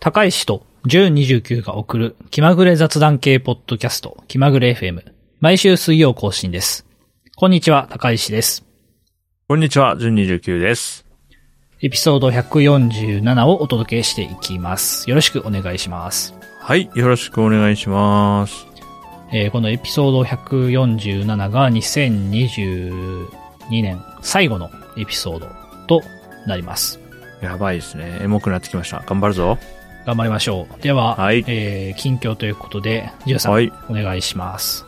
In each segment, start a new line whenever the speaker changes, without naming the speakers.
高石と1029が送る気まぐれ雑談系ポッドキャスト気まぐれ FM 毎週水曜更新です。こんにちは、高石です。
こんにちは、純29です。
エピソード147をお届けしていきます。よろしくお願いします。
はい、よろしくお願いします。
えーこのエピソード147が2022年最後のエピソードとなります。
やばいですね。エモくなってきました。頑張るぞ。
頑張りましょう。では、
はい
えー近況ということで、ジュウさん、
はい
お願いします。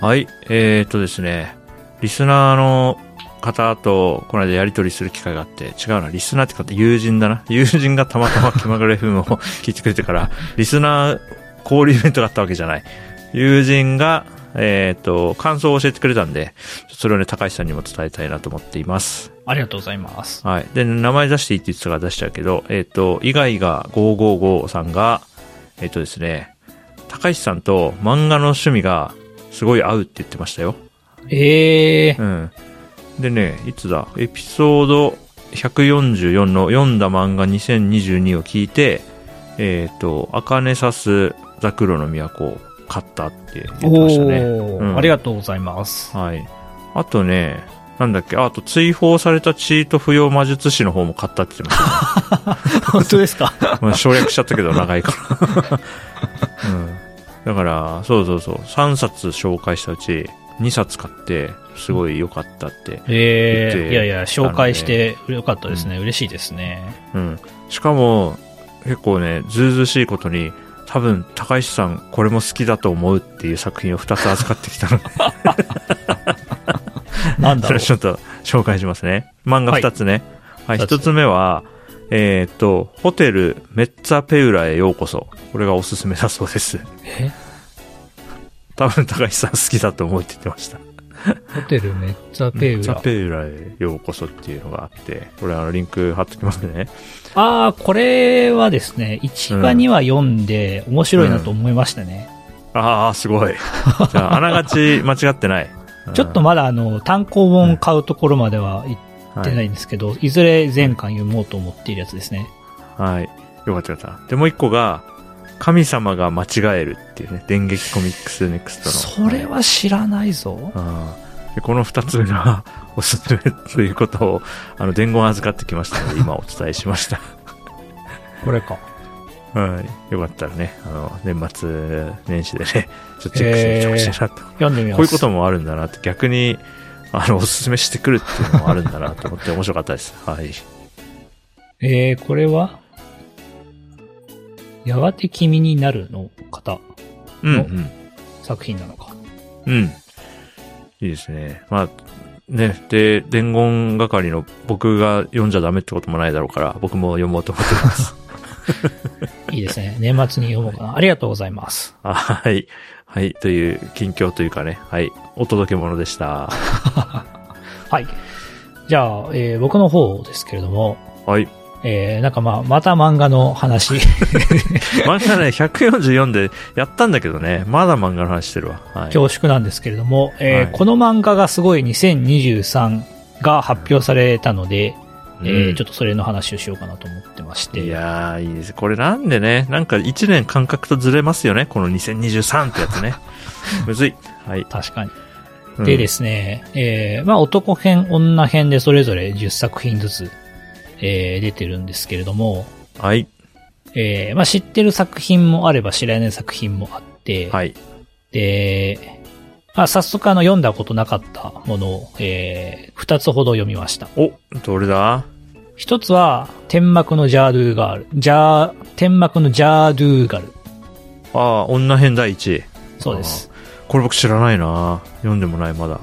はい、えー、っとですね、リスナーの方とこの間やりとりする機会があって、違うな、リスナーって方、友人だな。 友人がたまたま気まぐれ FM を 聞いてくれてから、リスナー交流イベントがあったわけじゃない。友人が、えー、っと、感想を教えてくれたんで、それをね、高橋さんにも伝えたいなと思っています。
ありがとうございます。
はい。で、名前出していいって言ってたから出しちゃうけど、えっ、と、以外が555さんが、えっ、とですね、高石さんと漫画の趣味がすごい合うって言ってましたよ。
えー、
うん。でね、いつだ、エピソード144の読んだ漫画2022を聞いて、えっ、と、アカネサスザクロの都を買ったって言ってましたね。
おー
うん
ありがとうございます。
はい。あとね、なんだっけ、ああと追放されたチート不要魔術師の方も買ったって言ってまし た。
本当ですか
まあ省略しちゃったけど、長いから。うん。だから、そうそうそう、3冊紹介したうち、2冊買って、すごい良かったって。
え
言っ
ー、
て
いやいや、紹介してよかったですね。嬉しいですね。
うん。しかも、結構ね、ずうずうしいことに、多分、高石さん、これも好きだと思うっていう作品を2つ扱ってきたので、
なんだろ
それ
う
を。ちょっと紹介しますね。漫画2つね。はい、
二つ
1つ目は、えーっと、ホテルメッツァペウラへようこそ。これがおすすめだそうです。
え
多分、高石さん好きだと思うって言ってました。
ホテルめっちゃペウ
ザ
ラ。
ペウラへようこそっていうのがあって、これあのリンク貼っときますね。
あー、これはですね、1話
うん
には読んで面白いなと思いましたね。
ああ、すごい。じ ゃあ、あながち間違ってない。うん
ちょっとまだあの、単行本買うところまでは行ってないんですけど、い、ずれ全巻読もうと思っているやつですね。
はい。はい。よかったよかった。で、もう一個が、神様が間違えるっていうね、電撃コミックスネクスト
そ
の。
れは知らないぞ。
あーでこの二つが おすすめということを、あの、伝言預かってきましたので、今お伝えし ました。
これか。
はい。よかったらね、あの、年末年始でね、ちょっとチェックしてみてほしいなと
読んでみます。
こういうこともあるんだなって、逆に、あの、おすすめしてくるっていうのもあるんだなと思って面白かったです。 はい。
えー、これはやがて君になるの方、
うん、うん。
作品なのか。
うん。いいですね。まあ、ね、で、伝言係の僕が読んじゃダメってこともないだろうから、僕も読もうと思って ます。
いいですね。年末に読もうかな。ありがとうございます。
あはい。はい。という、近況というかね、はい。お届け物でした。
はい。じゃあ、えー僕の方ですけれども、
はい。
えー、なんかまあ、また漫画の話。
漫画ね、144でやったんだけどね、まだ漫画の話してるわ。はい。
恐縮なんですけれども、えー
はい
この漫画がすごい2023が発表されたので、えー
うん
ちょっとそれの話をしようかなと思ってまして。
いやー、いいです。これなんでね、なんか1年感覚とずれますよね。この2023ってや つね。むずい。はい。
確かに。
うん
でですね、えーまあ男編、女編でそれぞれ10作品ずつ、えー出てるんですけれども、
はい。
えーまあ知ってる作品もあれば知らない作品もあって、
はい。
で、まあ早速あの読んだことなかったものを、えー、2つほど読みました。
お、どれだ
一つは、天幕のジャードゥーガール。ジャー、天幕のジャードゥーガル。
ああ、女編第1位。
そうです。
これ僕知らないな読んでもない、まだ。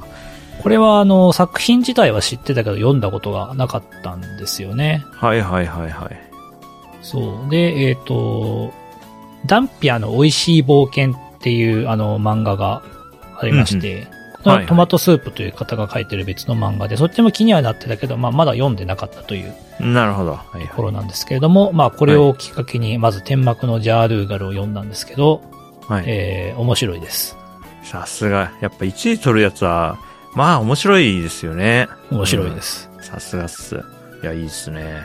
これは、あの、作品自体は知ってたけど、読んだことがなかったんですよね。
はいはいはいはい。
そう。で、えっ、と、ダンピアの美味しい冒険っていう、あの、漫画がありまして、こ
はいは
の
い
トマトスープという方が書いてる別の漫画で、そっちも気にはなってたけど、まあ、まだ読んでなかったという
なるほど。はい
ところ
は
なんですけれども、まあ、これをきっかけに、まず天幕のジャードゥーガルを読んだんですけど、
い。はい、
えー、面白いです。
さすが。やっぱ1位取るやつは、まあ面白いですよね。
面白いです。
さすがっす。いや、いいっすね。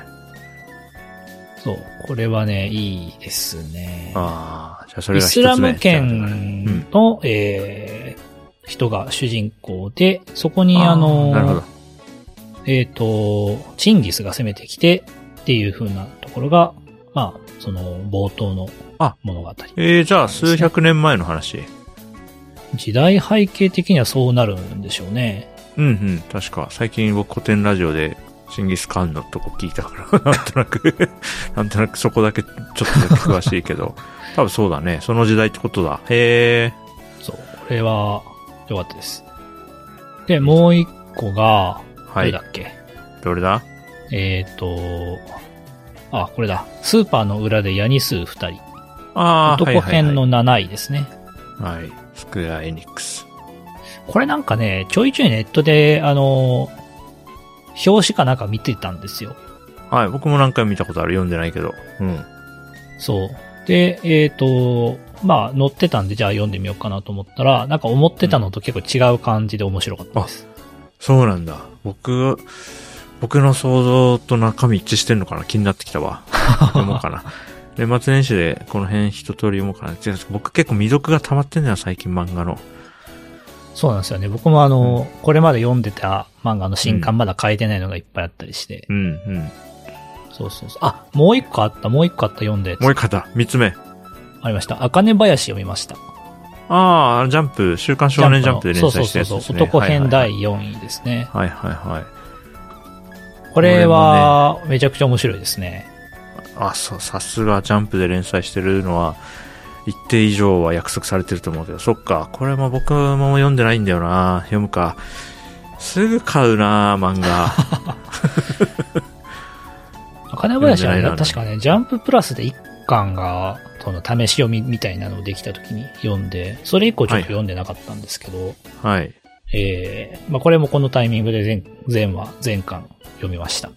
そう。これはね、いいですね。
ああ、じゃあそれ
イ
が
ス
一
ラ
つ目。
ム圏の、えー人が主人公で、そこにあの、
なるほど。
えっ、と、チンギスが攻めてきてっていう風なところが、まあ、その冒頭の
あ
物語。
えー、じゃあ数百年前の話。
時代背景的にはそうなるんでしょうね。
うんうん、確か。最近僕古典ラジオで、チンギスカンのとこ聞いたから、なんとなく、 なんとなくそこだけちょっとだけ詳しい けど、多分そうだね。その時代ってことだ。へえ。
そう、これは良かったです。で、もう一個が、ど
は
れ
い
だ。っけ、
どれだ
えっ、と、あ、これだ。スーパーの裏でヤニ数二人。
ああ、はい
男
はい
編
は
の7位ですね。
い。はい。スクエアエニックス。
これなんかね、ちょいちょいネットで、あの、表紙かなんか見てたんですよ。
はい。僕も何回も見たことある。読んでないけど。うん。
そう。で、えっ、と、まあ、載ってたんで、じゃあ読んでみようかなと思ったら、なんか思ってたのと結構違う感じで面白かったです。
そうなんだ。僕、僕の想像と中身一致してんのかな気になってき たわ。読もうかな。年末年始でこの辺一通り読もうかな。違う僕結構未読が溜まってんだよ、最近漫画の。
そうなんですよね。僕もあの、これまで読んでた漫画の新刊まだ変えてないのがいっぱいあったりして。
うん、うん。
そうそうそう。あ、もう一個あった、もう一個あった読んだやつ
もう一方、三つ目。
ありました。あかね林読みました。
ああ、ジャンプ、週刊少年ジャンプで
そ
連
うそ
載
う
した
そう
やつ
そう
です、ね。
男編第
はい
4位ですね。
はいはい。はいはいはい
これは、めちゃくちゃ面白いですね。
あ、そう、さすがジャンプで連載してるのは、一定以上は約束されてると思うけど、そっか、これも僕も読んでないんだよな読むか。すぐ買うな漫画。
赤根林はね、
読んでないな
確かね、ジャンププラスで1巻が、その試し読みみたいなのできた時に読んで、それ以降ちょっと読んでなかったんですけど、
はい。
えー、まあこれもこのタイミングで全、全話、全巻読みました。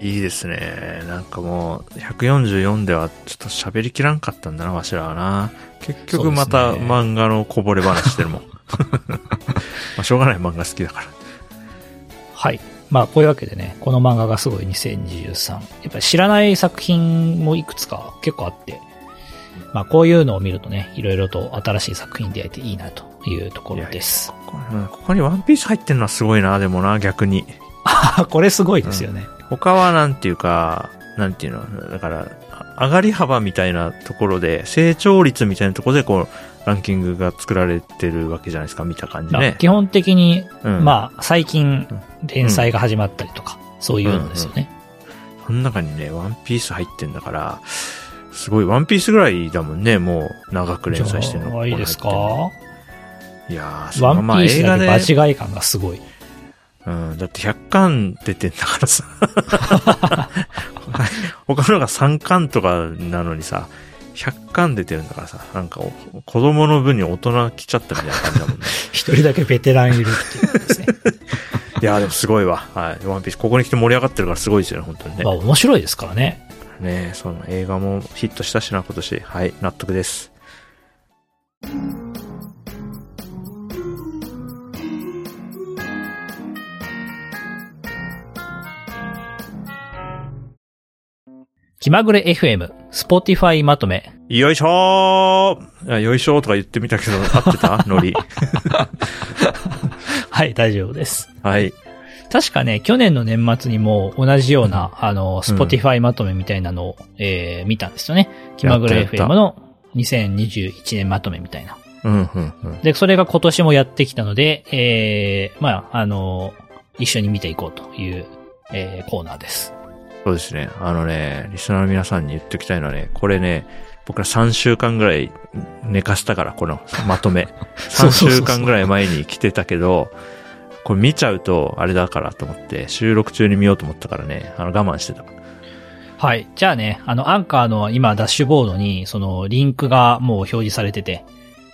いいですね。なんかもう、144ではちょっと喋りきらんかったんだな、わしらはな。結局ま
そ
た
うですね
漫画のこぼれ話してるもん。ま あ、しょうがない漫画好きだから。
はい。まあこういうわけでね、この漫画がすごい2023。やっぱり知らない作品もいくつか結構あって、まあこういうのを見るとね、いろいろと新しい作品に出会えていいなというところです。
これうんここにワンピース入ってるのはすごいな、でもな、逆に。
あ、これすごいですよね。
他はなんていうか、なんていうの、だから、あ上がり幅みたいなところで、成長率みたいなところで、こう、ランキングが作られてるわけじゃないですか、見た感じ
まあ
ね。
基本的に
うん、
まあ、最近、連載が始まったりとか、そういうのですよね。
その中にね、ワンピース入ってんだから、すごい、ワンピースぐらいだもんね、もう、長く連載してるの。
じゃあいいですか
ここ
ワ
に入ってんのいやー、
ンピ
そのまあ
ース
映
だ
画
け場
で、
違い感がすごい。
うん、だって100巻出てんだからさ。 他のが3巻とかなのにさ、100巻出てるんだからさ、なんかお子供の分に大人来ちゃったみたいな感じだ もんね。
一人だけベテランいるっていう ですね。
いやーでもすごいわ。はい。ワンピース、ここに来て盛り上がってるからすごいですよね、本当にね
まあ、。面白いですからね。
ねえその映画もヒットしたしな、今年。はい、納得です。
気まぐれ FM、Spotify まとめ。
よいしょーあよいしょーとか言って みたけど、合ってたノリ。
はい、大丈夫です。
はい。
確かね、去年の年末にも同じような、あの、Spotify まとめみたいなのを、えー見たんですよね。気まぐれ
やったや
FM
った
の2021年まとめみたいな。
うん、うん、うん。
で、それが今年もやってきたので、えー、まあ、あの、一緒に見ていこうという、えー、コーナーです。
そうですね。あのね、リスナーの皆さんに言っておきたいのはね、これね、僕ら3週間ぐらい寝かしたから、このまとめ。
そう
3
そうそう
週間ぐらい前に来てたけど、これ見ちゃうと、あれだからと思って、収録中に見ようと思ったからね、あの我慢してた。
はい。じゃあね、あの、アンカーの今、ダッシュボードに、その、リンクがもう表示されてて、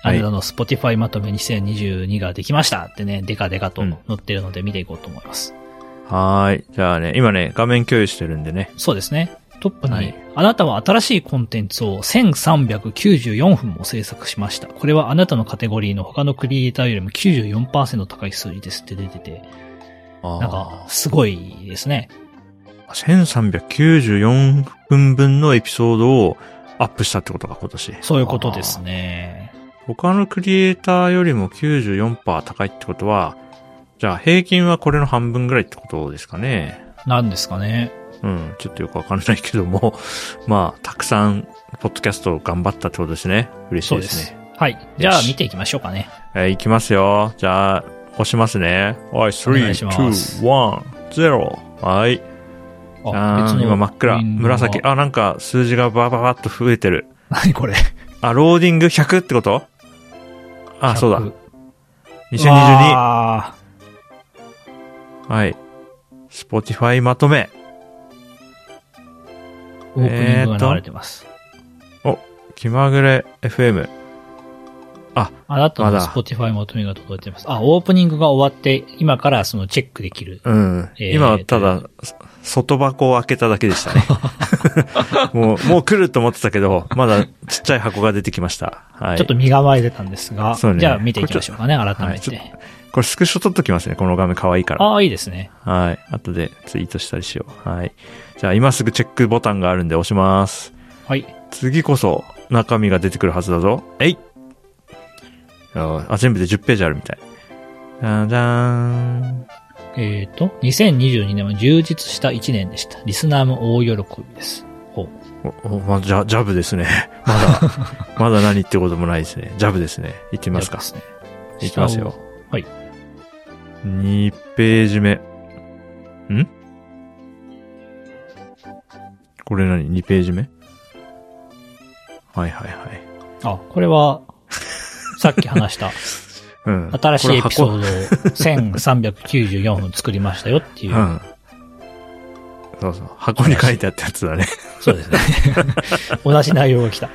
あ
はい
なたの Spotify まとめ2022ができましたってね、デカデカと
うん
載ってるので見ていこうと思います。
はーい。じゃあね、今ね、画面共有してるんでね。
そうですね。トップに、
はい
あなたは新しいコンテンツを1394分も制作しました。これはあなたのカテゴリーの他のクリエイターよりも94%高い数字ですって出てて、
あー
なんか、すごいですね。
1394分分のエピソードをアップしたってことか、今年。
そういうことですね。
他のクリエイターよりも94%高いってことは、じゃあ平均はこれの半分ぐらいってことですかね。
なんですかね。
うん、ちょっとよくわかんないけども、 まあ、たくさん、ポッドキャストを頑張ったってことですね。嬉し
そ
いうで
です
ね。
す。はい。じゃあ見ていきましょうかね。
えーいきますよ。じゃあ、押しますね。はい、
お
3、
願いしま
2、
す
1、0。はい。あー今真っ暗。紫。。あ、なんか数字がバババッと増えてる。
何これ
あ、ローディング100ってことあ、そうだ。2022。
2022。
はい。Spotify まとめ。
オープニングが流れてます。
気まぐれ FM。
あなた
ま
の
だ
Spotify 求めが届いてます。あ、オープニングが終わって、今からそのチェックできる。
うん。
えー
今はただ、外箱を開けただけでし たね。もう、もう来ると思ってたけど、まだちっちゃい箱が出てきました。はい。
ちょっと身構えてたんですが、
そうね
じゃあ見ていきましょうかね、改め
はい
て。
これスクショ撮っときますね。この画面可愛いから。
ああ、いいですね。
はい。後でツイートしたりしよう。はい。じゃあ今すぐチェックボタンがあるんで押します。
はい。
次こそ中身が出てくるはずだぞ。えいあーあ、全部で10ページあるみたい。じゃーんじゃーん。
えっ、と、2022年は充実した1年でした。リスナーも大喜びです。ほう。
お、お、まあ、ジャ、ジャブですね。 ま だ、まだ何ってこともないですね。ジャブですね。いってみますか
で。すね。
いきますよ。
はい。
2ページ目。んこれ何 ?2 ページ目はいはいはい。
下を。あ、これは、さっき話 した、
うん。
新しいエピソー
こ
ドを1394分作りましたよってい
れ
う。
箱うん。そうそう。箱に書いてあったやつだね。
そうですね。同じ内容が来た。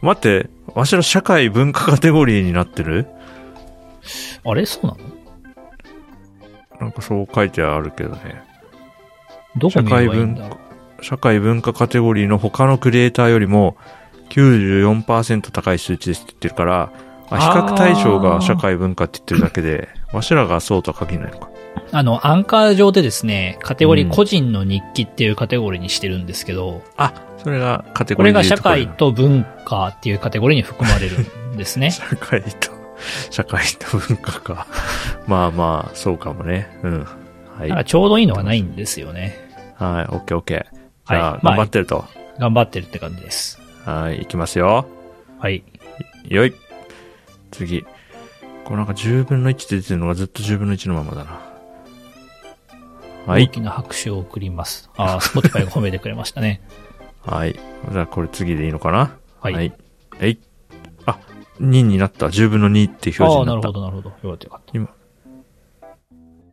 待って、わしら社会文化カテゴリーになってる
あれそうなの
なんかそう書いてあるけどね。
どこ見ればいいんだろう
社会文化カテゴリーの他のクリエイターよりも94%高い数値ですって言ってるから、あ比
あー
較対象が社会文化って言ってるだけで、わしらがそうとは限らないのか。
あの、アンカー上でですね、カテゴリ
うん
ー個人の日記っていうカテゴリーにしてるんですけど、
あ、それがカテ
こ
ゴリ
れ
ー
が
で言
社
うとこれ
会と文化っていうカテゴリーに含まれるんです ね。
社会と、社会と文化か。まあまあ、そうかもね。うん。は
だ
い。
か
は
ら
い、
ちょうどいいのがないんですよね。
オッケーオッケー。じゃあ、
まあ
頑張ってると。
頑張ってるって感じです。
はい、いきますよ。
はい。
よい。次。これなんか10分の1って出てるのがずっと10分の1のままだな。は
大
い。
きな拍手を送ります。ああ、スポティファイが褒めてくれました ね。
はい。じゃあこれ次でいいのかな
はい。
はい。えいあ、2になった。10分の2って表示になった。
ああ、なるほど、なるほど。よかった、よかった。
今。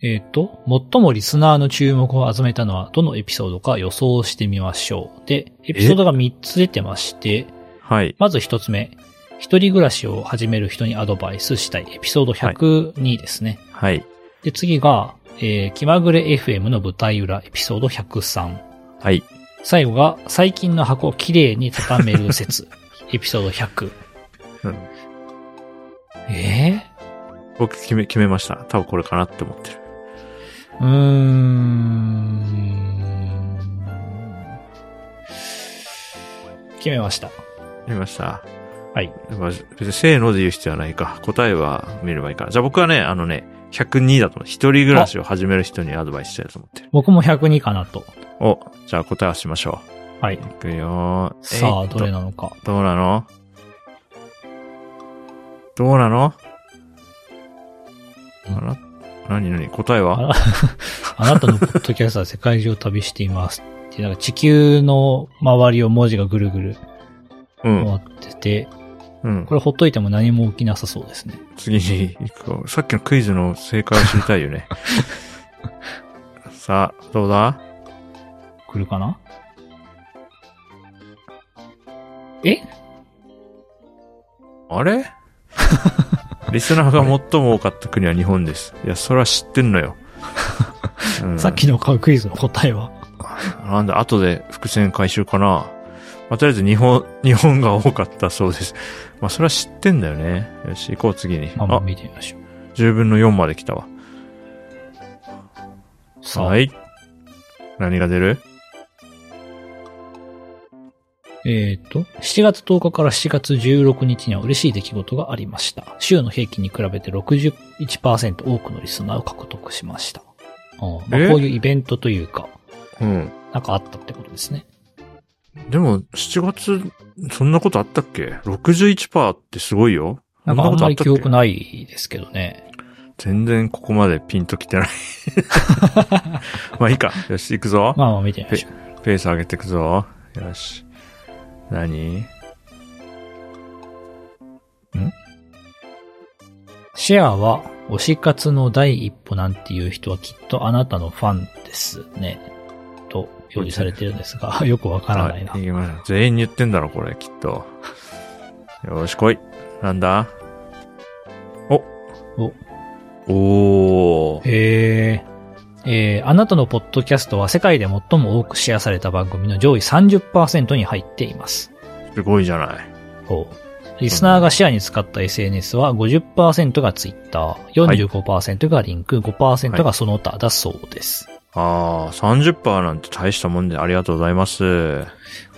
えっ、と、最もリスナーの注目を集めたのはどのエピソードか予想してみましょう。で、エピソードが3つ出てまして、
はい。
まず1つ目。一人暮らしを始める人にアドバイスしたい。エピソード102ですね。
はい。
で、次が、えー、気まぐれ FM の舞台裏、エピソード103。
はい。
最後が、最近の箱をきれいに畳める 説、エピソード100。
うん
え
僕決め、決めました。多分これかなって思ってる。
ー、うーん。決めました。
決めました。
はい。
まあ別にせーので言う必要はないか。答えは見ればいいから。じゃあ僕はね、あのね、102だと思う。一人暮らしを始める人にアドバイスしたいと思ってる。
僕も102かなと。
お、じゃあ答えをしましょ
はい。
う。いくよー
さ
え
あ、
っと
どれなのか。
どうなのどうなのあら何何答えは
ああなたのポッドキャストは世界中を旅しています。ってなんか地球の周りを文字がぐるぐる
うん。
回ってて、
うん
こ。れほっといても何も起きなさそうですね。
次に行こう。さっきのクイズの正解を知りたい よね。さあ、どうだ
来るかなえ
あれリスナーが最も多かった国は日本です。いや、それは知って んのよ。うん
さっきのクイズの答えは
なんだ、後で伏線回収かな。まあ、とりあえず日本、日本が多かったそうです。まあ、それは知ってんだよね。よし、行こう、次に。
まあまあ
あ、
見てみましょう。
10分の4まで来たわ。
さあ、
はい。何が出る
えっと、7月10日から7月16日には嬉しい出来事がありました。週の平均に比べて61%多くのリスナーを獲得しました。あーまあ
え
こういうイベントというか、
うん。
なんかあったってことですね。
でも、7月、そんなことあったっけ ?61% ってすごいよ。
なんかあ
そ
ん
こと
ま
っ
り
た
記
っけ
憶ないですけどね。
全然ここまでピンと きてない。 まあいいか。よし、行くぞ。
まあまあ見てみましょう。
ペース上げていくぞ。よし。何
シェアは推し活の第一歩なんていう人はきっとあなたのファンですね。と表示されてるんですが、 よくわからないな
は。い行きましょう全員に言ってんだろ、これ、きっと。よし、来い。なんだお。おおー
えーえーあなたのポッドキャストは世界で最も多くシェアされた番組の上位30%に入っています。
すごいじゃない。
ほうリスナーがシェアに使った SNS は50%が Twitter、45%がリンク、5%がその他だそうです。
ああ、30%なんて大したもんでありがとうございます。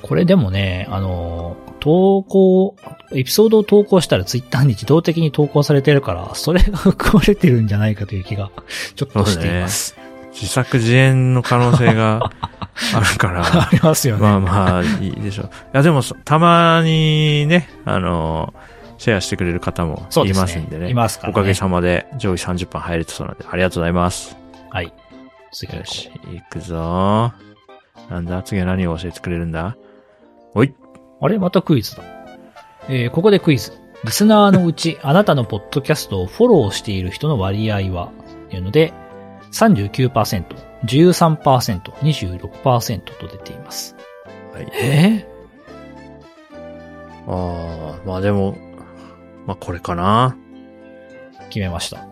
これでもね、あのー、投稿、エピソードを投稿したら Twitter に自動的に投稿されてるから、それが含まれてるんじゃないかという気がちょっとしています。
自作自演の可能 性があるから。
ありますよね。
まあまあ、いいでしょう。いや、でもそ、たまにね、あの、シェアしてくれる方も
そう
い
ですね
ますんでね。
いますからね
おかげさまで上位30分入れてそうなんで、ありがとうございます。
はい。次
よ
の
し、行くぞ。なんだ、次は何を教えてくれるんだおい。
あれまたクイズだ。えーここでクイズ。リスナーのうち、 あなたのポッドキャストをフォローしている人の割合はというので、39%、13%、26%と出ています。
はい。
え
ああ、まあでも、まあこれかな。
決めました。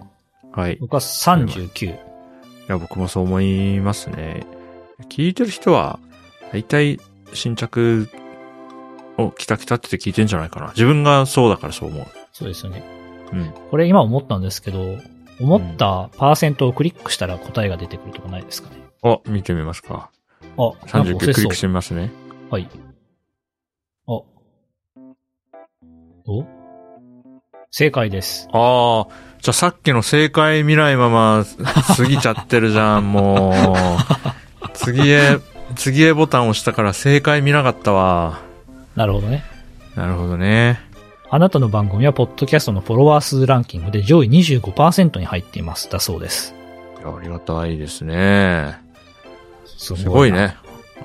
はい。い
僕は39。
や、僕もそう思いますね。聞いてる人は、大体、新着をきたきたって聞いてんじゃないかな。自分がそうだからそう思う。
そうですよね。
うん。
これ今思ったんですけど、思ったパーセントをクリックしたら答えが出てくるとかないですかね。
あ、見てみますか。
あ、なんか
39
押
ク
せ
リ
そ
ッ
う
ク。してみますね。
はい。あ。お正解です。
ああ、じゃあさっきの正解見ないまま過ぎちゃってるじゃ ん、もう。次へ、次へボタン押したから正解見なかったわ。
なるほどね。
なるほどね。
あなたの番組は、ポッドキャストのフォロワー数ランキングで上位25%に入っています。だそうです。
いやありがたいですね。
す
すごい
な。
ね。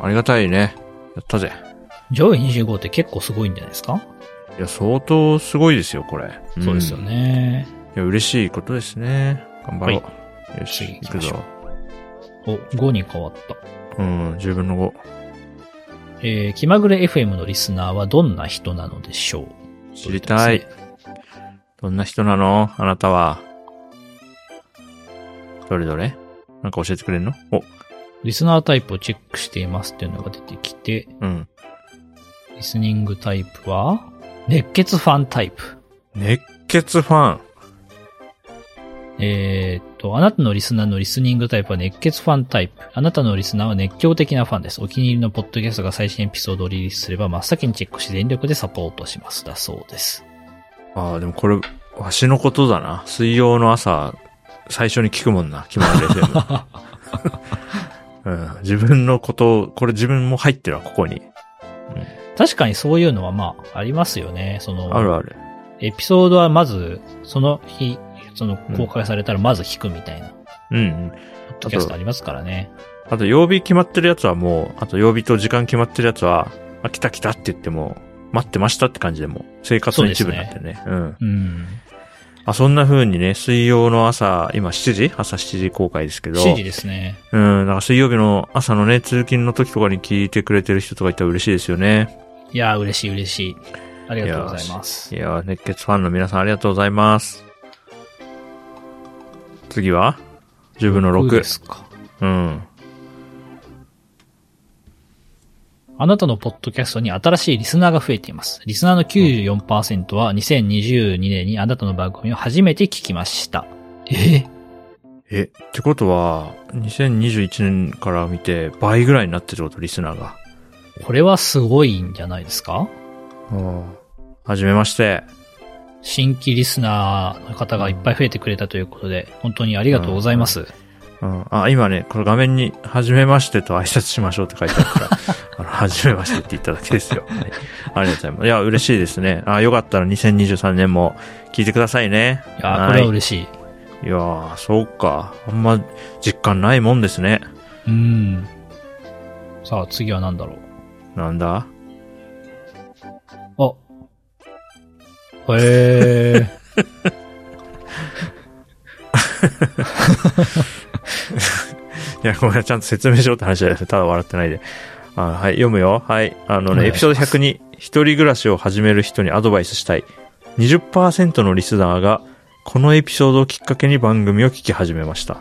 ありがたいね。やったぜ。
上位25って結構すごいんじゃないですか、
いや、相当すごいですよ、これ。ん
そうですよ。ね。
いや、嬉しいことですね。頑張ろう。よ
次
し、
行
行
きま
く
しょう
ぞ。
お、5に変わった。
うん、10分の
えー、気まぐれ FM のリスナーはどんな人なのでしょう
5。知りたい。。どんな人なのあなたは。どれどれなんか教えてくれんのお、
リスナータイプをチェックしていますっていうのが出てきて、
うん。
リスニングタイプは、熱血ファンタイプ。
熱血ファン。
えーっと、あなたのリスナーのリスニングタイプは熱血ファンタイプ。あなたのリスナーは熱狂的なファンです。お気に入りのポッドキャストが最新エピソードをリリースすれば真っ先にチェックし全力でサポートします。だそうです。
ああ、でもこれ、わしのことだな。水曜の朝、最初に聞くもんな。決まる FM。うん、 自分のことを、これ自分も入ってるわ、ここに。
確かにそういうのはまあ、ありますよね。その、
あるある。
エピソードはまず、その日、その公開されたらまず聞くみたいな、ポ
うん、うん。
ッドキャストありますからね。
あと、曜日決まってるやつはもう、あと曜日と時間決まってるやつは、あ、来た来たって言っても、待ってましたって感じでも、生活の一部になってるね。うん。
うん。
あ、そんな風にね、水曜の朝、今7時朝7時公開ですけど。
7時ですね。
うん、だから水曜日の朝のね、通勤の時とかに聞いてくれてる人とかいたら嬉しいですよね。
いやー、嬉しい嬉しい。ありがとうございます
い。やー、熱血ファンの皆さんありがとうございます。次は ?10 分の
どうで
6。
すか。
うん。
あなたのポッドキャストに新しいリスナーが増えています。リスナーの94%は2022年にあなたの番組を初めて聞きました。え
ええ、ってことは、2021年から見て倍ぐらいになってるってこと、リスナーが。
これはすごいんじゃないですか
はじめまして。
新規リスナーの方がいっぱい増えてくれたということで、本当にありがとうございます。
うん。あ、今ね、この画面に、はじめましてと挨拶しましょうって書いてあ るから、あの、はじめましてって言っただけですよ。はい。ありがとうございます。いや、嬉しいですね。あ、よかったら2023年も聞いてくださいね。
いやーこれは嬉しい。
いやー、そうか。あんま実感ないもんですね。
うん。さあ、次は何だろ
なんだ
う。あ。へえ。
いや、ごめん、ちゃんと説明しろって話だよ。ただ笑ってないで。あはい、読むよ。はい。あの
お願
ね、
い
エピソード102、一人暮らしを始める人にアドバイスしたい。20%のリスナーが、このエピソードをきっかけに番組を聞き始めました。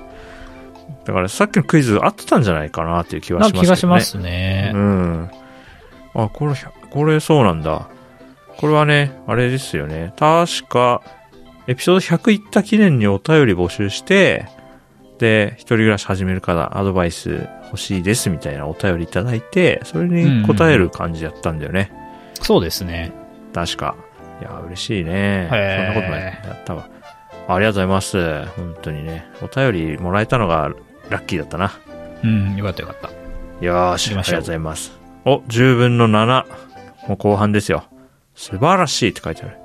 だからさっきのクイズ合ってたんじゃないかなっていう気は
なん
し
か
ますけどね。
気がしますね
う。ん。あ、これ、これそうなんだ。これはね、あれですよね。確か、エピソード100行った記念にお便り募集して、で、一人暮らし始めるからアドバイス欲しいですみたいなお便りいただいて、それに答える感じだったんだよね。
そうですね。
確か。いや、嬉しいね。そん
へー
なことない。やったわ。ありがとうございます。本当にね。お便りもらえたのがラッキーだったな。
うん、よかったよかった。
よーし、あ
行
り
きま
がと
し
う
ょう
ございます。お、10分の7。もう後半ですよ。素晴らしいって書いてある。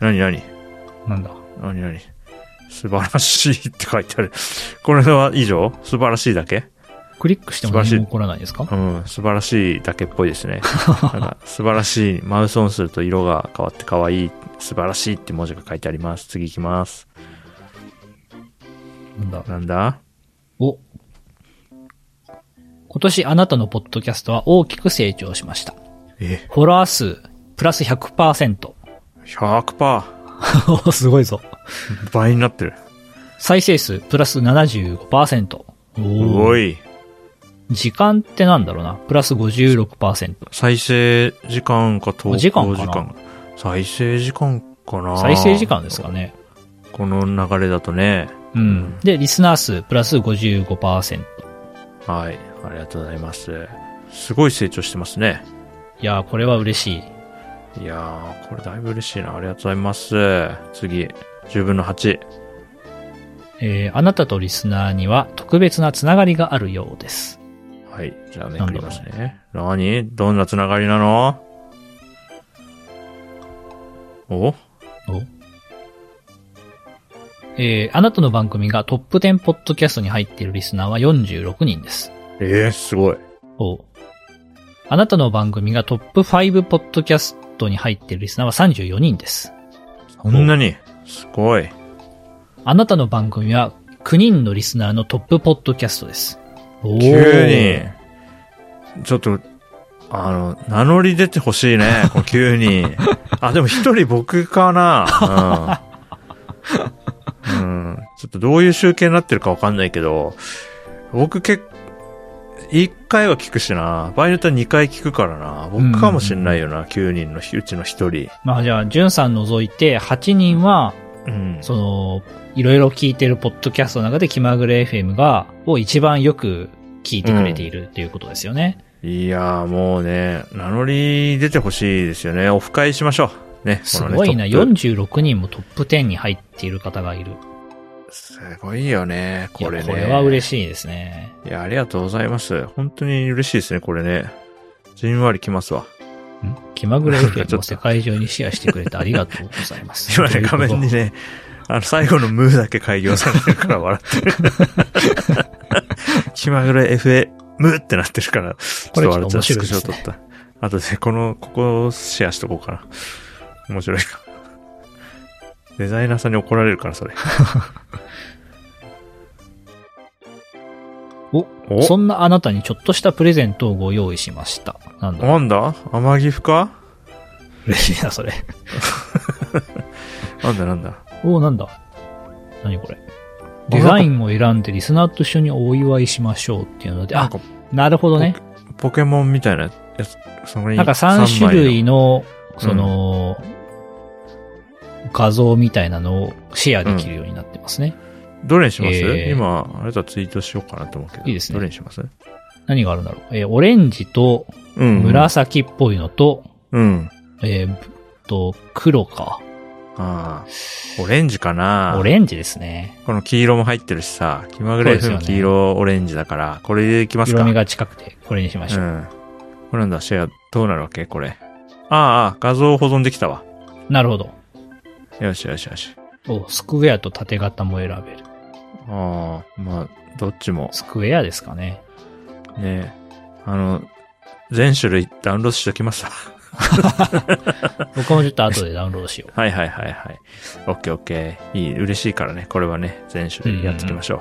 なになに
なんだ。
なになに素晴らしいって書いてある。これは以上素晴らしいだけ
クリックしても
素晴ら
何
しい
も起こらないですか
うん、素晴らしいだけっぽいで すね。なんか素晴らしい。マウスオンすると色が変わって可愛い。素晴らしいって文字が書いてあります。次行きます。
なんだ。
なんだ
お。今年あなたのポッドキャストは大きく成長しました。
え、
フォロワー数、プラス100%。
100%。
すごいぞ。
倍になってる。
再生数、プラス75%。お
す
ー
ごい。
時間ってなんだろうな。プラス56%。
再生時間か投稿時
時間
間
かな
再生時間かな
再生時間ですかね。
この流れだとね。
うん。で、リスナー数、プラス55%。
はい。ありがとうございます。すごい成長してますね。
いやー、これは嬉しい。
いやー、これだいぶ嬉しいな。ありがとうございます。次。10分の8。
えー、あなたとリスナーには特別なつながりがあるようです。
はい。じゃあめくりますね。なにどんなつながりなのお
おえー、あなたの番組がトップ10ポッドキャストに入っているリスナーは46人です。
えー、すごい。
おあなたの番組がトップ5ポッドキャストに入っているリスナーは34人です。
こんなにすごい。
あなたの番組は9人のリスナーのトップポッドキャストです。おー
急に、ちょっと、あの、名乗り出てほし いね、こう急に。あ、でも一人僕かな。うん。うん。ちょっとどういう集計になってるかわかんないけど、僕結構、一回は聞くしな。場合によっては二回聞くからな。僕かもしんないよな、9人のうちの一人。
まあじゃあ、じゅんさん除いて8人は、
うん。
その、いろいろ聞いてるポッドキャストの中で気まぐれ FM が、を一番よく聞いてくれているということですよね。
いやーもうね、名乗り出てほしいですよね。オフ会しましょう。ね。
す
このね
ごいな、
トップ
46人もトップ10に入っている方がいる。
すごいよね、
いや
これね。
これは嬉しいですね。
いや、ありがとうございます。本当に嬉しいですね、これね。じんわりきますわ。
ん気まぐれ
ちょっ
FM
と
を世界中にシェアしてくれてありがとうございます。
今ね、画面にね、あの、最後のムーだけ開業されてるから笑って る。気まぐれ FA、ムーってなってるから、ちょっと笑っちゃう。
これち
ス
ょっと面白い
クショ
ですね
撮った。あとで、この、ここをシェアしとこうかな。面白いか。デザイナーさんに怒られるから、それ。
お、
お
そんなあなたにちょっとしたプレゼントをご用意しました。なんだろう
なんだ甘ギフか
嬉しいな、それ。
なんだなんだ。
おなんだ何これデザインを選んでリスナーと一緒にお祝いしましょうっていうので、
なん
あ
か、
なるほどね。
ポケモンみたいなやつ、そこに
なんか3
三
種
枚の
類の、
ん
その、画像みたいなのをシェアできるようになってますね。
どれにします、
えー
今、あなたツイートしようかなと思うけど。
いいですね
どれにします
何があるんだろう。えーオレンジと
うん。。
紫っぽいのと、
うん。
えーと、黒か。
ああ。オレンジかな
オレンジですね。
この黄色も入ってるしさ、気まぐ
そ
れ
う
風
で
の
すよね
黄色、オレンジだから、これでいきますか。
色味が近くて、これにしまし
う
た。
ん。これなんだ、シェア、どうなるわけこれ。ああ、ああ画像保存できたわ。
なるほど。
よしよしよし。
おスクエアと縦型も選べる。
ああ、まあ、どっちも、
スクエアですかね。
ね。あの、全種類ダウンロードしときますわ。
僕もちょっと後でダウンロードしよう。
はいはいはいはい。オッケーオッケー。いい、嬉しいからね。これはね、全種類やっていきましょ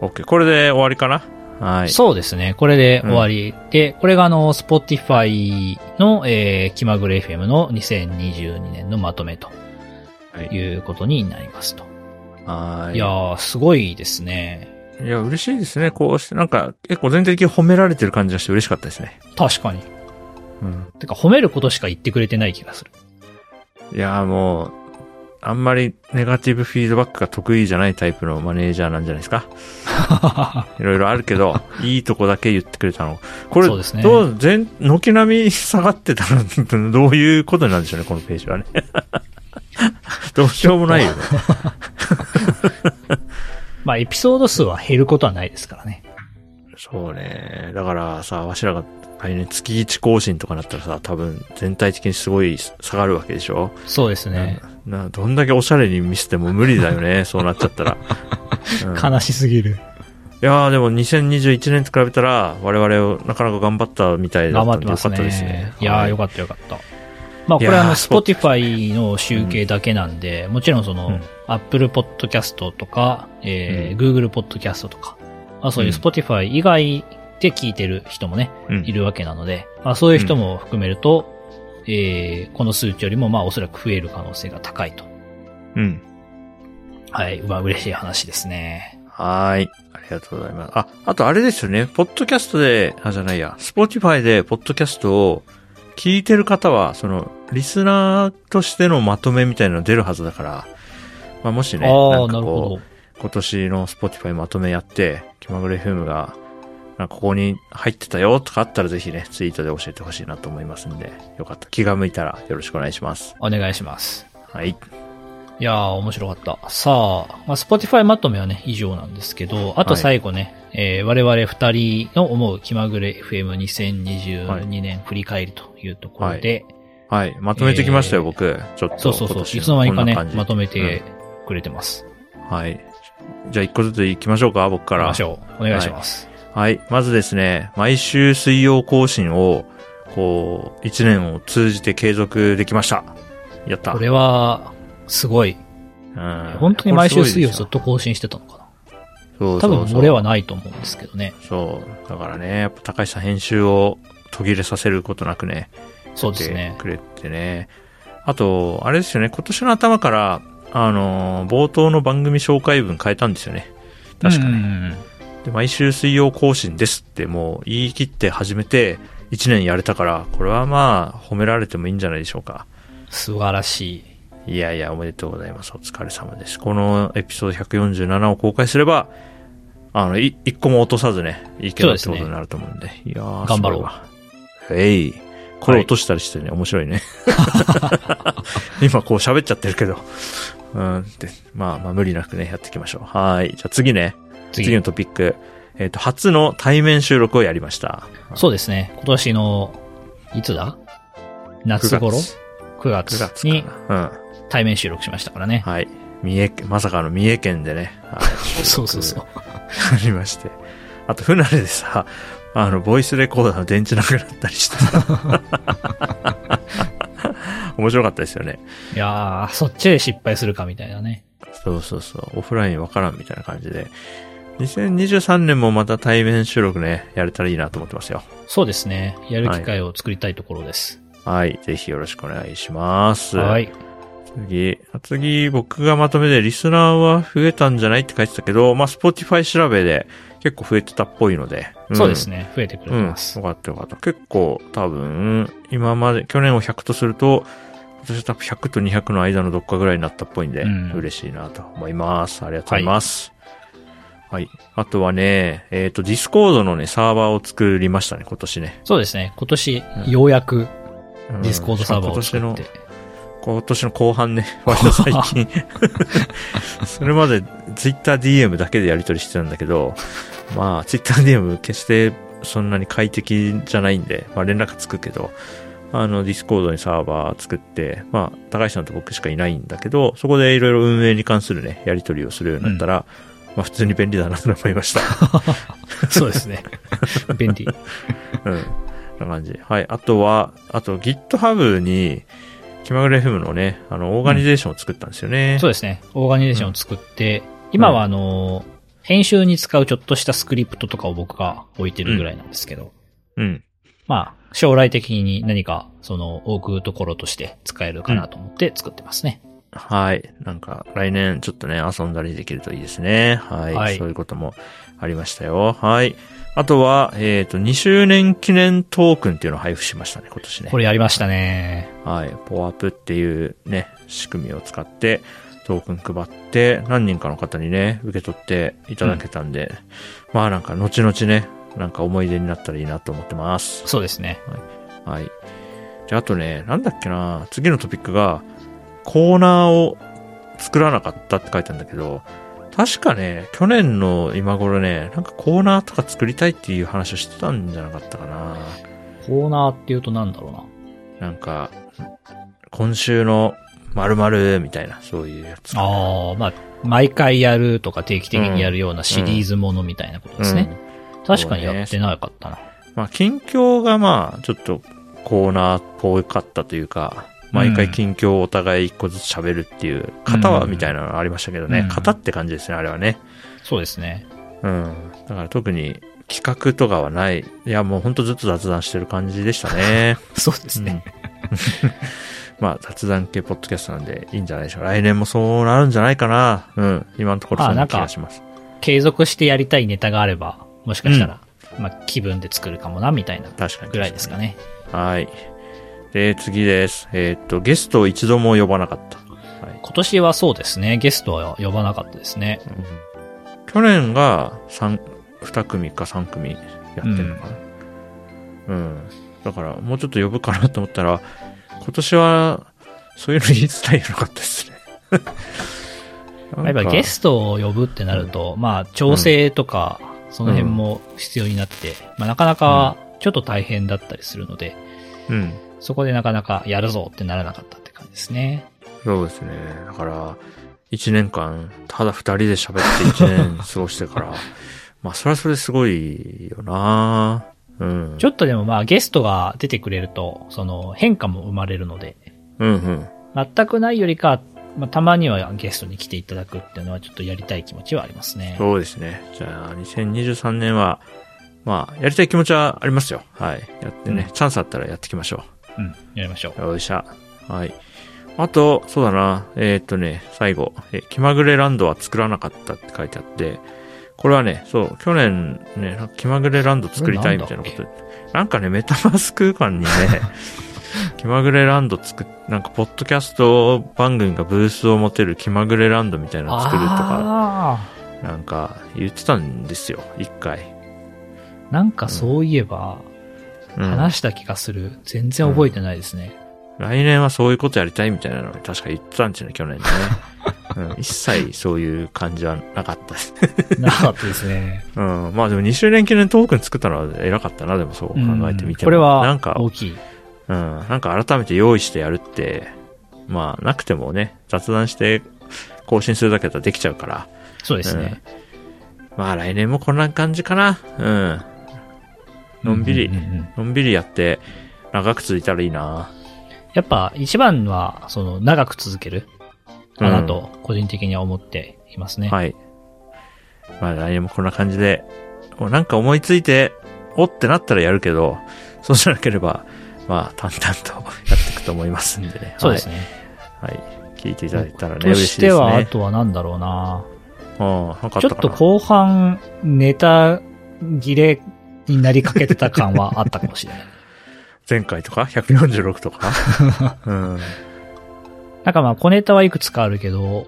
う。オッケー。これで終わりかなはい。
そうですね。これで終わり。で、これがあの、Spotify の、えー、気まぐれ FM の2022年のまとめと
はい。
いうことになりますと。
はい
やー、すごいですね。
いや、嬉しいですね。こうして、なんか、結構全体的に褒められてる感じがして嬉しかったですね。
確かに。
うん。
てか、褒めることしか言ってくれてない気がする。
いや、もう、あんまりネガティブフィードバックが得意じゃないタイプのマネージャーなんじゃないで すか。いろいろあるけど、いいとこだけ言ってくれたの。これ、
そうですね
どう、全、軒並み下がってたら、どういうことなんでしょうね、このページはね。 どうしようもないよね。
まあ、エピソード数は減ることはないですからね。
そうね。だからさ、わしらが来年月1更新とかなったらさ、多分全体的にすごい下がるわけでしょ
そうですね。
な、どんだけおしゃれに見せても無理だよね、そうなっちゃっ たら。うん
悲しすぎる。
いやーでも2021年と比べたら、我々をなかなか頑張ったみたいだ
頑張っ
ったん
て
でよ
ま
か
す
っ
ね。
たですね。
いやー、よ
かっ
かったよかった。まあ、これはあの、
いやー
Spotify の集計だけなんで、もちろんその、
うん
Apple Podcast とか、えー
う
Google Podcast とか、まあ、そういう
うん
Spotify 以外で聞いてる人もね、
た。うん
いるわけなので、まあ、そういう人も含めると、えーこの数値よりも、まあ、おそらく増える可能性が高いと。
うん。
はい、まあ、嬉しい話ですね。
はーい。ありがとうございます。あ、あとあれですよね。ポッドキャストで、あ、じゃないや、スポティファイでポッドキャストを聞いてる方は、その、リスナーとしてのまとめみたいなの出るはずだから、まあ、もしね、
あ
な
あ、
ん
な
か
る
こ
ほ
う、今年のスポティファイまとめやって、気まぐれ FM が、なんかここに入ってたよとかあったらぜひね、ツイートで教えてほしいなと思いますんで、よかった。気が向いたらよろしくお願いします。
ど。お願いします。
はい。
いやー、面白かった。さあ、まあ、Spotify まとめはね、以上なんですけど、あと最後ね、えー我々二人の思う気まぐれ FM2022 年振り返りというところで、
はい。まとめてきましたよ、
えー
僕。ちょっと。
そうそうそう、
今年
いつの間にかね
こんな感、じ
まとめてくれてます。
はい。じゃあ一個ずつ行きましょうか、僕か
行き
ら
まし。ょう。お願いします。
はい。まずですね、毎週水曜更新を、こう、一年を通じて継続できました。やった。
これは、すごい。
うん
本当に毎週水曜
これす
ずっ
ごい
と更新してたのかな。
ですよそう
多
そうそう
分漏れはないと思うんですけどね。
そう。だからね、やっぱ高橋さん編集を途切れさせることなくね、
そうで
し
す
て
ね。
くれてね。あと、あれですよね、今年の頭から、あのー、冒頭の番組紹介文変えたんですよね。確かね。
ね。
で、毎週水曜更新ですってもう言い切って始めて1年やれたから、これはまあ褒められてもいいんじゃないでしょうか。
素晴らしい。
いやいや、おめでとうございます。お疲れ様です。このエピソード147を公開すれば、あの、い一個も落とさずね、いけるってことになると思うんで。いやー
頑張ろう。
すごいわえい。これ落としたりしてね、面白 いね。今こう喋っちゃってるけど。うんって、まあまあ無理なくね、やっていきましょう。はい。じゃあ次ね。
次
次のトピック。えっ、と、初の対面収録をやりました。
そうですね。今年の、いつだ夏頃9
?9
月
月か
に
な。
対面収録しましたから
うん。
ね。
はい。三重、まさかの三重県でね。はい
そうそうそう。。
ありまして。あと、不慣れでさ、あの、ボイスレコーダーの電池なくなったりしてさ。 面白かったですよね。
いやー、そっちで失敗するかみたいなね。
そうそうそう。オフラインわからんみたいな感じで。2023年もまた対面収録ね、やれたらいいなと思ってますよ。
そうですね。やる機会を作りたいところです。
はい。ぜひよろしくお願いします。
はい。
次、次僕がまとめでリスナーは増えたんじゃないって書いてたけど、まあ、Spotify 調べで結構増えてたっぽいので。ん
そうです。ね。増えてくれて
うん。よ
ま
か
す。
ったよかった。結構多分、今まで、去年を100とすると、今年は多分100と200の間のどっかぐらいになったっぽいんで、
うん
嬉しいなと思います。ありがとうございます。はい。あとはね、えっ、と、ディスコードのね、サーバーを作りましたね、今年ね。
そうですね。今年
う、ん
ようやく、
うん
ディスコードサーバーを作
今
っ
年
て
の、。今年の後半ね、 割と最 近。それまで TwitterDM だけでやり取りしてたんだけど、まあ TwitterDM 決してそんなに快適じゃないんで、まあ連絡つくけど、あの Discord にサーバー作って、まあ高橋さんと僕しかいないんだけど、そこでいろいろ運営に関するね、やり取りをするようになったら、まあ普通に便利だなと思い ました。
そうですね。便 利。
うん。な感じ。はい。あとは、あと GitHub に、気まぐれ FM のね、あの、オーガニゼーションを作ったんですよね。
そうですね。オーガニゼーションを作って、今はあの、編集に使うちょっとしたスクリプトとかを僕が置いてるぐらいなんですけど、
うん。
まあ、将来的に何か、その、置くところとして使えるかなと思って作ってますね。
はい。なんか、来年ちょっとね、遊んだりできるといいですね。はい。
はい
そういうこともありましたよ。はい。あとは、えっ、と、2周年記念トークンっていうのを配布しましたね、今年ね。
これやりましたね。
はい。ポアップっていうね、仕組みを使って、トークン配って、何人かの方にね、受け取っていただけたんで、まあなんか、後々ね、なんか思い出になったらいいなと思ってます。
そうですね。
はい。じゃあ、あとね、なんだっけな、次のトピックが、コーナーを作らなかったって書いてあるんだけど、確かね、去年の今頃ね、なんかコーナーとか作りたいっていう話をしてたんじゃなかったかな。
コーナーっていうとなんだろうな。
なんか、今週の〇〇みたいな、そういうやつ。
ああ、まあ、毎回やるとか定期的にやるようなシリーズものみたいなことですね。確かにやってなかったな。
うんまあ、近況がまあ、ちょっとコーナーっぽかったというか、毎回近況をお互い一個ずつ喋るっていう、型は
うん
みたいなのありましたけどね、
うん
型って感じですね、あれはね。
そうですね。
うん。だから特に企画とかはない。いや、もうほんとずっと雑談してる感じでしたね。
そうです
うん。まあ、雑談系ポッドキャストなんでいいんじゃないでしょうか。来年もそうなるんじゃないかな。うん。今のところそんな気がします。
継続してやりたいネタがあれば、もしかしたら、まあ、気分で作るかもな、みたいな
確かに。
ぐらいですかね。
はい。で、次です。えーっと、ゲストを一度も呼ばなかった。はい。
今年はそうですね、ゲストは呼ばなかったですね。
去年が三2組か3組やってるのかな。うん。だから、もうちょっと呼ぶかなと思ったら、今年は、そういうの言い伝えなかったですね。
やっぱゲストを呼ぶってなると、まあ、調整とか、その辺も必要になって、まあ、なかなか、ちょっと大変だったりするので、
ト。うん。
そこでなかなかやるぞってならなかったって感じですね。
そうですね。だから、1年間、ただ2人で喋って1年過ごしてから、 まあ、それはそれすごいよなうん。
ちょっとでもまあゲストが出てくれると、その変化も生まれるので、
うんうん。
全くないよりか、まあたまにはゲストに来ていただくっていうのはちょっとやりたい気持ちはありますね。
そうですね。じゃあ、2023年は、まあ、やりたい気持ちはありますよ。はい。やってね、
う
チャンスあったらやっていきましょ
うん、やりましょう
う。。よいしょ。はい。あと、そうだな。えーっとね、最後。え、気まぐれランドは作らなかったって書いてあって、これはね、そう、去年ね、なんか気まぐれランド作りたいみたいなこと。なんかね、メタバース空間 にね、気まぐれランド作っ、なんか、ポッドキャスト番組がブースを持てる気まぐれランドみたいなの作るとか、
あ
なんか言ってたんですよ、一回。
ーなんかそういえば、
うん
話した気がする。全然覚えてないですね。
来年はそういうことやりたいみたいなのを確か言ってたんですよね、去年 ね。うん、一切そういう感じはなかったです。
なかったですね。
うん、まあでも2周年記念トークン作ったのは偉かったな、でもそう考えてみても。
これは
なんか、う
大
ん、
きい。
なんか改めて用意してやるって、まあなくてもね、雑談して更新するだけだったらできちゃうから、
そうですね。
まあ来年もこんな感じかな。うん。のんびり、
うううん
のんびりやって、長く続いたらいいな。
やっぱ一番は、その長く続けるかなと、個人的には思っていますね。
はい。まあ来年もこんな感じで、もうなんか思いついて、おってなったらやるけど、そうじゃなければ、まあ淡々とやっていくと思いますんでね。
そうですね。
はい。はい。聞いていただいたらね、
と
嬉しいで
して
すね。
は、あとはなんだろうな。
うん、なんかあったかな
ちょっと後半、ネタ切れになりかけてた感はあったかも しれない。
前回とか ?146 とか うん。
なんかまあ、小ネタはいくつかあるけど、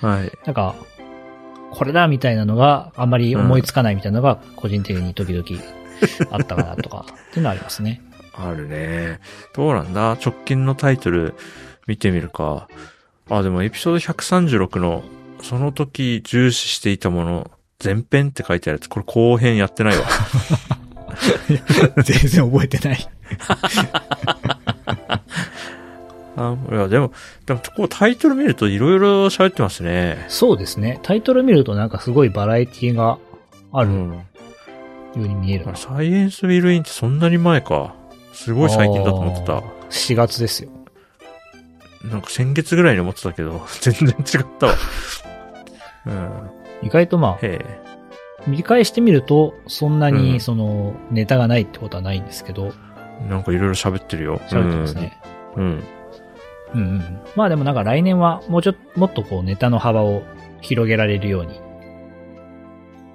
はい。
なんか、これだみたいなのがあんまり思いつかないみたいなのが個人的に時々あったかなとか、っていうのはあります ね。
あるね。どうなんだ直近のタイトル見てみるか。あ、でもエピソード136の、その時重視していたもの、前編って書いてあるやつ、これ後編やって ないわ。
全然覚えてない。
あいや、でも、でも、こうタイトル見るといろいろ喋ってますね。
そうですね。タイトル見るとなんかすごいバラエティがあ
あ
るように見えるな。
サイエンスウィルインってそんなに前か。すごい最近だと思って
あ
た
ー。。4月ですよ。
なんか先月ぐらいに思ってたけど、 全然違 ったわ。うん。
意外とまあ、
へえ。
見返してみると、そんな
う
に
ん
その、ネタがないってことはないんですけど、
なんかいろいろ喋ってるよ。
喋ってますね。
うん。うん。
うんうん。まあでもなんか来年はもうちょっと、もっとこうネタの幅を広げられるように。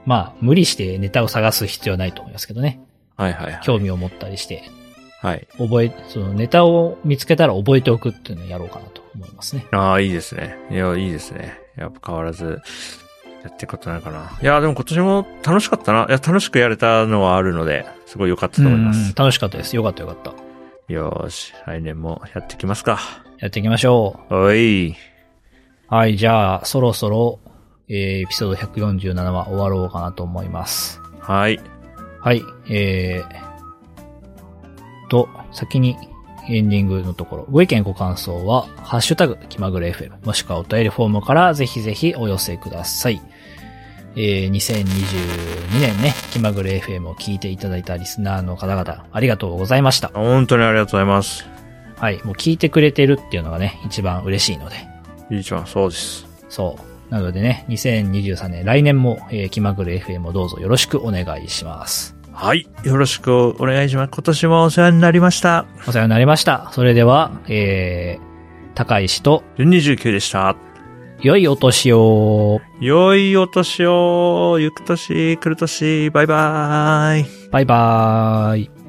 まあ、無理してネタを探す必要はないと思いますけどね。
はいはいはい。
興味を持ったりして、
はい。
覚え、そのネタを見つけたら覚えておくっていうのをやろうかなと思いますね。
ああ、いいですね。いや、いいですね。やっぱ変わらず、やっていくことないかな。いや、でも今年も楽しかったな。いや、楽しくやれたのはあるので、すごい良かったと思いま
うん
す。
楽しかったです。よかったよかった。
よーし、来年もやっていきますか。
やっていきましょ
おい。
う。はい、じゃあ、そろそろ、えー、エピソード147は終わろうかなと思います。
はい。
はい、えー、と、先にエンディングのところ、ご意見ご感想は、ハッシュタグ、気まぐれ FM、もしくはお便りフォームからぜひぜひお寄せください。えー、2022年ね、気まぐれ FM を聞いていただいたリスナーの方々、ありがとうございました。
本当にありがとうございます。
はい、もう聞いてくれてるっていうのがね、一番嬉しいので、
いいじゃん、そうです。
そう。なのでね、2023年、来年も、えー、気まぐれ FM をどうぞよろしくお願いします。
はい。よろしくお願いします。今年もお世話になりました。
お世話になりました。それでは、えー、高石と、
29でした。
良いお年を。
良いお年を、ゆく年、来る年、バイバーイ。
バイバーイ。